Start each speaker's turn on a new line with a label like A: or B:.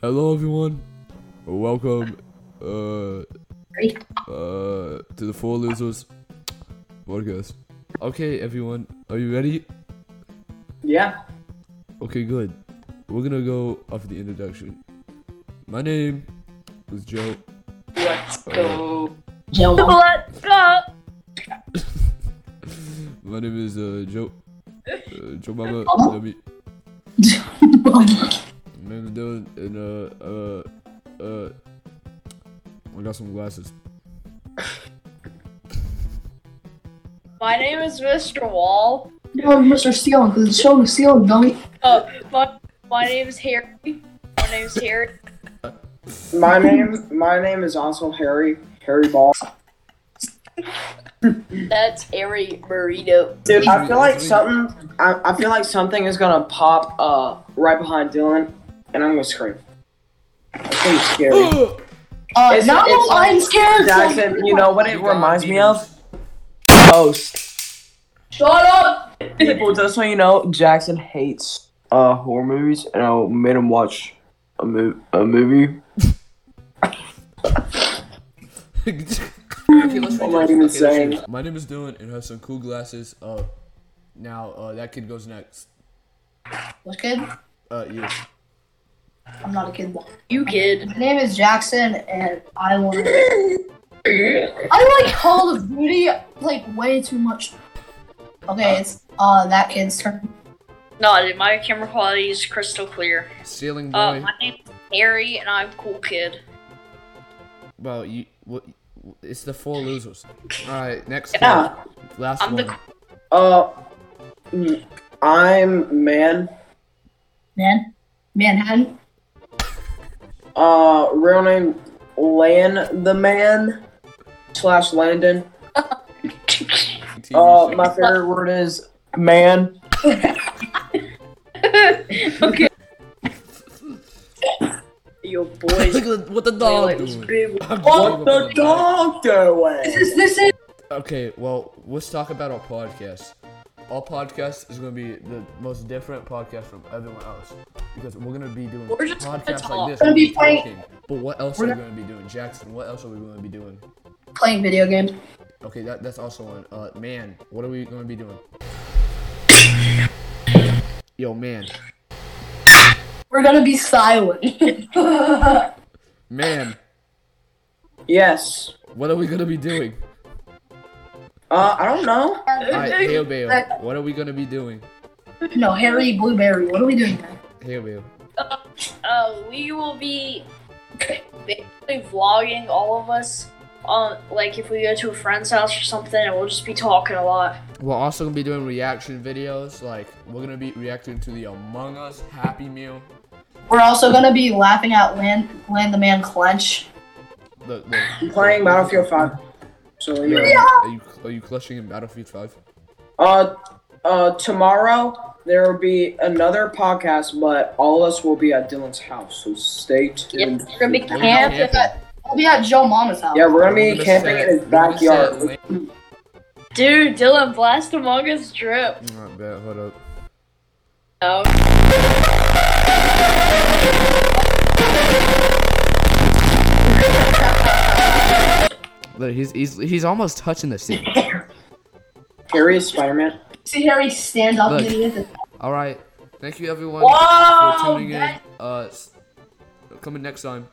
A: Hello, everyone. Welcome uh, uh, to the Four Losers podcast. Okay, everyone, are you ready?
B: Yeah.
A: Okay, good. We're gonna go off the introduction. My name is Joe.
B: Let's
A: Uh,
B: go.
C: Joe.
D: Let's go.
A: My name is uh, Joe. Uh, Joe Mama.
B: Oh.
C: Mama?
A: Let me. My name is Dylan, and uh, uh, uh, I got some glasses.
D: My name is Mr. Wall.
C: No, Mr. Steele, because it's showing Steele, dummy.
D: Uh, my, my name is Harry. My name is Harry.
B: My name my name is also Harry. Harry Ball.
D: That's Harry Burrito.
B: Dude, I feel like something I, I feel like something is gonna pop uh right behind Dylan and I'm gonna scream. That's gonna be scary.
C: Uh,
B: It's-
C: no,
B: it's-
C: I'm scared.
B: Jackson, you know what it reminds me of? Ghost.
D: Shut up!
B: People, just so you know, Jackson hates uh horror movies and I made him watch a, mo- a movie.
A: okay, let's
B: I'm
A: redo
B: not
A: this.
B: even
A: Okay, let's do
B: saying.
A: this. My name is Dylan and has some cool glasses. Uh, now uh, that kid goes next.
C: What kid?
A: Uh, yes.
C: I'm not a kid. My
D: You kid.
C: name is Jackson, and I want. I like Call of Duty like way too much. Okay, it's uh that kid's turn.
D: No, dude, my camera quality is crystal clear.
A: Sailing boy.
D: Uh, my name is Harry, and I'm cool kid.
A: well, you. What, it's the four losers. All right, next.
B: Yeah.
A: kid. Last
D: I'm
A: one.
D: the-
B: Uh mm, I'm man.
C: Man, Manhattan.
B: Uh, real name Lan the Man slash Landon.
A: TV
B: Uh,
D: Oh,
A: show.
B: my favorite word is man.
D: okay. Yo, boys.
A: Look at what the
D: Wait, Oh,
A: dog
D: wait, it's
A: doing.
D: big.
A: I'm
B: What
A: joking about
B: the dog doing?
C: Is this it?
A: Okay, well, let's talk about our podcast. Our podcast is going to be the most different podcast from everyone else because we're going to be doing
D: We're just gonna
A: podcasts
D: talk.
A: like this.
C: We're gonna be
A: We'll
C: playing-
A: talking. But what else are
C: We're
A: we
C: not-
A: going to be doing, Jackson? What else are we going to be doing?
C: Playing video games.
A: Okay, that, that's also one. Uh, man, what are we going to be doing? Yo, man,
C: We're gonna be silent.
A: man,
B: Yes.
A: what are we going to be doing?
B: Uh, I don't know.
A: All right, Hail Bale, what are we going to be doing?
C: no, Harry Blueberry. What are we doing? Now?
A: Hail Bale.
D: Uh, we will be basically vlogging all of us. Um, like if we go to a friend's house or something, and we'll just be talking a lot.
A: We're also gonna be doing reaction videos. Like we're gonna be reacting to the Among Us Happy Meal,
C: We're also gonna be laughing at Land, Land the Man Clench.
A: the, the-
B: I'm playing Battlefield 5. So
A: Are
B: yeah.
A: you, are you are you clutching in Battlefield 5?
B: Uh, uh, tomorrow there will be another podcast, but all of us will be at Dylan's house. So stay tuned.
D: we're gonna be
A: We're
D: camp-
A: camping.
C: I'll be at Joe Mama's house.
B: Yeah, we're gonna
A: We're gonna
B: be camping
A: set-
B: in his
A: we're gonna set
B: backyard.
A: lamp-
D: Dude, Dylan, blast Among Us drip.
A: Not bad. Hold up.
D: Oh.
A: Look, he's he's he's almost touching the seat.
B: Harry is Spider-Man.
C: See Harry stand up
A: Look.
C: and he is a-
A: All right. Thank you everyone
D: Whoa,
A: for tuning in.
D: that-
A: Uh, s- coming next time.